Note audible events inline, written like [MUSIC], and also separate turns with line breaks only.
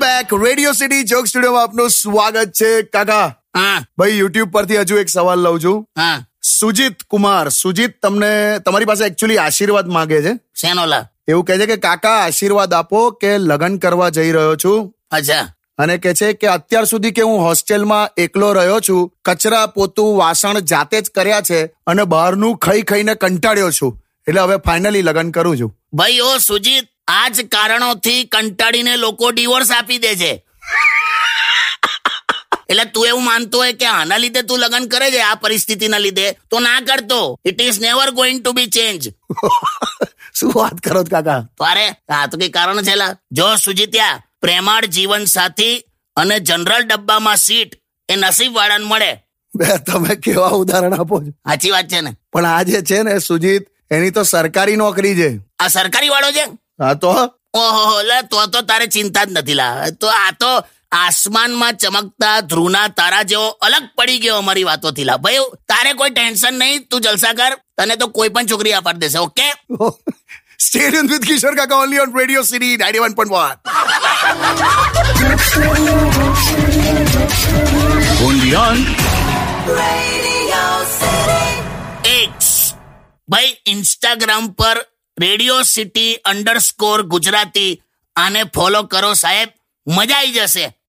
Back Radio City joke studio માં આપનું સ્વાગત છે કાકા
હા
ભાઈ યુટ્યુબ પરથી હજુ એક સવાલ લઉં છું
હા
સુજીત કુમાર સુજીત તમને તમારી પાસે એકચ્યુઅલી આશીર્વાદ માંગે છે
શેનો લા
એવું કહે છે કે કાકા આશીર્વાદ આપો કે લગ્ન કરવા જઈ રહ્યો છું
અચ્છા
અને કહે છે કે અત્યાર સુધી કે હું હોસ્ટેલમાં એકલો રહ્યો છું કચરા પોતું વાસણ જાતે જ કર્યા છે અને બહારનું ખાઈ ખાઈને કંટાળ્યો છું એટલે હવે ફાઇનલી લગ્ન કરું છું [LAUGHS]
ભાઈ ઓ સુજીત આ જ કારણોથી કંટાળીને લોકો ડિવોર્સ આપી દે છે એટલે તું એવું માનતો હોય કે આના લીધે તું લગ્ન કરે છે આ પરિસ્થિતિના લીધે તો ના કરતો it is never going to be change
શું વાત કરો છો કાકા
તો અરે આ તો કઈ કારણ છે લા. જો સુજીત્યા પ્રેમાળ જીવન સાથી અને જનરલ ડબ્બામાં સીટ એ નસીબ વાળાને મળે
બે [LAUGHS] તમે કેવા ઉદાહરણ આપો છો
સાચી વાત છે ને
પણ આ જે છે ને સુજીત એની તો સરકારી નોકરી છે
આ સરકારી વાળો છે
હા તો [LAUGHS]
ઓહો લે તો તો તારે ચિંતા જ નથી લા તો આ તો આસમાનમાં ચમકતા ધ્રુવના તારા જેવો અલગ પડી ગયો અમારી વાતોથી લા ભાઈ તારે કોઈ ટેન્શન નહીં તું જલસા કર તને તો કોઈ પણ છોકરી આ પાડી દેશે ઓકે
સ્ટેડિયમ વિથ કિશોર કાકા only on Radio City ninety one point one
Radio City.
X ભાઈ ઇન્સ્ટાગ્રામ પર રેડિયો સિટી અંડરસ્કોર ગુજરાતી આને ફોલો કરો સાહેબ મજા આવી જશે